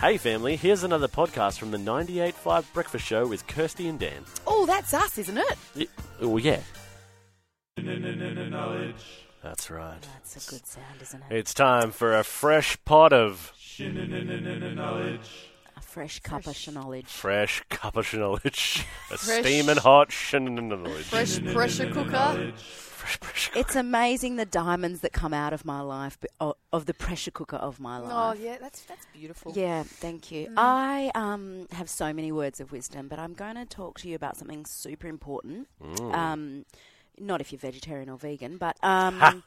Hey, family, here's another podcast from the 98.5 Breakfast Show with Kirsty and Dan. Oh, that's us, isn't it? Y- Oh, yeah. That's right. That's a good sound, isn't it? It's time for a fresh pot of A fresh cup of knowledge. fresh cup of knowledge. A Fresh- steaming hot knowledge. Fresh pressure cooker. Fresh, fresh. It's amazing the diamonds that come out of my life, but- o- of the pressure cooker of my Oh life. yeah, that's that's beautiful. Yeah, thank you. I um, have so many words of wisdom, but I'm going to talk to you about something super important. Um, not if you're vegetarian or vegan, but um,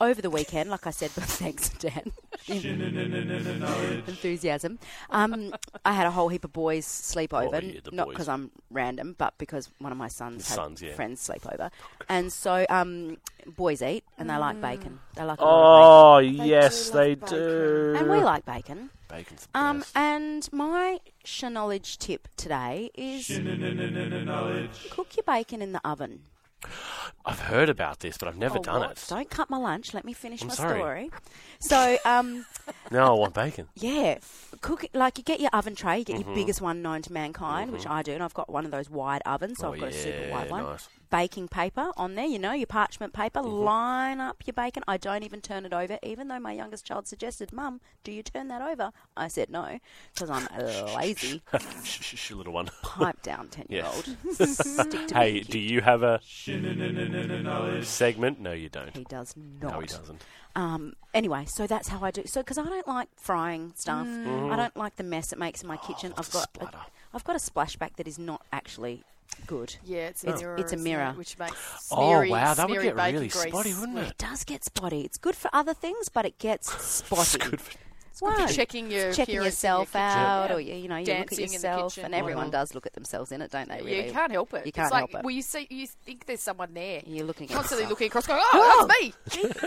over the weekend, like I said, thanks, Dan. enthusiasm. Um, I had a whole heap of boys sleep over, Oh, yeah, the not boys. because I'm random, but because one of my sons had Sons, yeah. friends sleep over, and so um, boys eat and they like bacon. They like a lot Oh, do yes, love they bacon. do. of bacon, and we like bacon. Bacon's the Um, best. and my knowledge tip today is cook your bacon in the oven. I've heard about this, but I've never Oh, done what? it. Don't cut my lunch. Let me finish I'm my sorry. story. So. Um, No, I want bacon. Yeah, cook it like you get your oven tray, you get Mm-hmm. your biggest one known to mankind, which I do, and I've got one of those wide ovens, so Oh, I've got a super yeah, wide one. nice. Mm-hmm. Baking paper on there, you know, your parchment paper. Line up your bacon. I don't even turn it over, even though my youngest child suggested, "Mum, do you turn that over?" I said no because I'm lazy. Shh, shh, shh, little one. Pipe down, ten year old. Stick to Hey, being do cute. you have a segment? No, you don't. He does not. No, he doesn't. Um, anyway, so that's how I do. So because I don't like frying stuff, Mm. I don't like the mess it makes in my kitchen. I've the got a, Mm. Oh, splatter. I've got a splashback that is not actually good. Yeah, it's a It's- mirror. it's a isn't mirror. It, which makes Oh smeary, wow, that would smeary get bacon really grease. spotty, wouldn't It it? does get spotty. It's good for other things, but it gets spotty. Good for- Why? You're checking your Checking appearance in yourself your kitchen. out, Yeah. or you, you know, you Dancing in look at the yourself, kitchen. and everyone Wow. does look at themselves in it, don't they? Really? You can't help it. You can't it's like, help it. Well, you see, you think there's someone there. You're looking at constantly yourself. looking across, going, "Oh,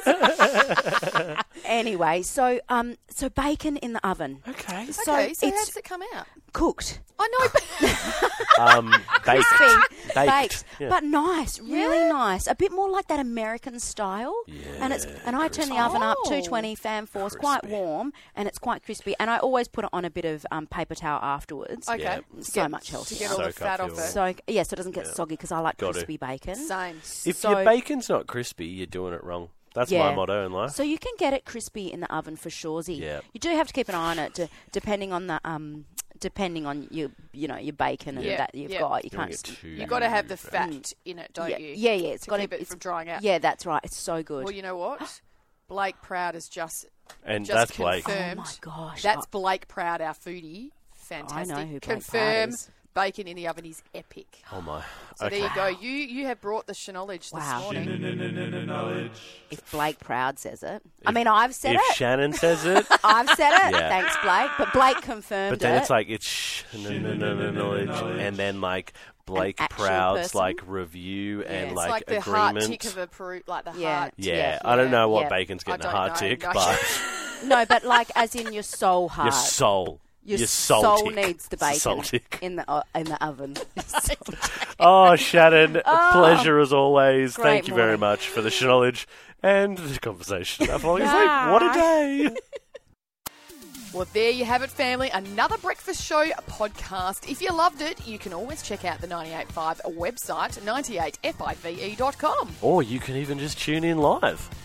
that's me." Anyway, so um, so bacon in the oven, Okay. So okay, so how it's- does it come out? cooked. I know, but Um, baked. crispy, Baked. baked, Yeah. but nice, really nice. A bit more like that American style. and it's and I turn the oven up Oh. 220 fan force, quite Crispy. warm, and it's quite crispy. And I always put it on a bit of um, paper towel afterwards. okay, Yeah. to So get- much to healthier. get all the Soak up fat off your- it. So yeah, so it doesn't get soggy because I like Got to. crispy bacon. Same. If so, your bacon's not crispy, you're doing it wrong. That's my Yeah. motto in life. so you can get it crispy in the oven for suresy. Yeah. You do have to keep an eye on it, de- depending on the um, depending on your you know your bacon and Yeah, that you've yeah. got. You Don't can't get just too You got to have the Mm. fat in it, don't Mm. yeah, you? yeah, yeah, it's to got keep it it's- from drying out. Yeah, that's right. It's so good. Well, you know what? Blake Proud is just and just that's Blake. confirm- oh my gosh, that's Blake Proud, our foodie. Fantastic. who Blake Proud Confirm is. bacon in the oven is epic. Oh my. So okay. there you go. You you have brought the knowledge this Wow. morning. If Blake Proud says it, I mean, I've said If it. Shannon says it, I've said it. Yeah. Thanks, Blake. But Blake confirmed but then it. it's like it's sh- knowledge, and then like Blake actual Proud's person. like review and It's like, like, the heart agreement. tick of a Peru, like the Yeah. heart. yeah, Yeah, I don't know what yeah. bacon's I getting a don't heart know, tick, no. but no, but like as in your soul heart. your soul, Your soul, soul tick. needs the bacon Soul tick. in the o in the oven. Oh, Shannon, a pleasure as always. Great Thank you very morning. much for the knowledge and the conversation. That following is like, what a day! Well, there you have it, family. Another breakfast show podcast. If you loved it, you can always check out the 98.5 website, 98five.com. Or you can even just tune in live.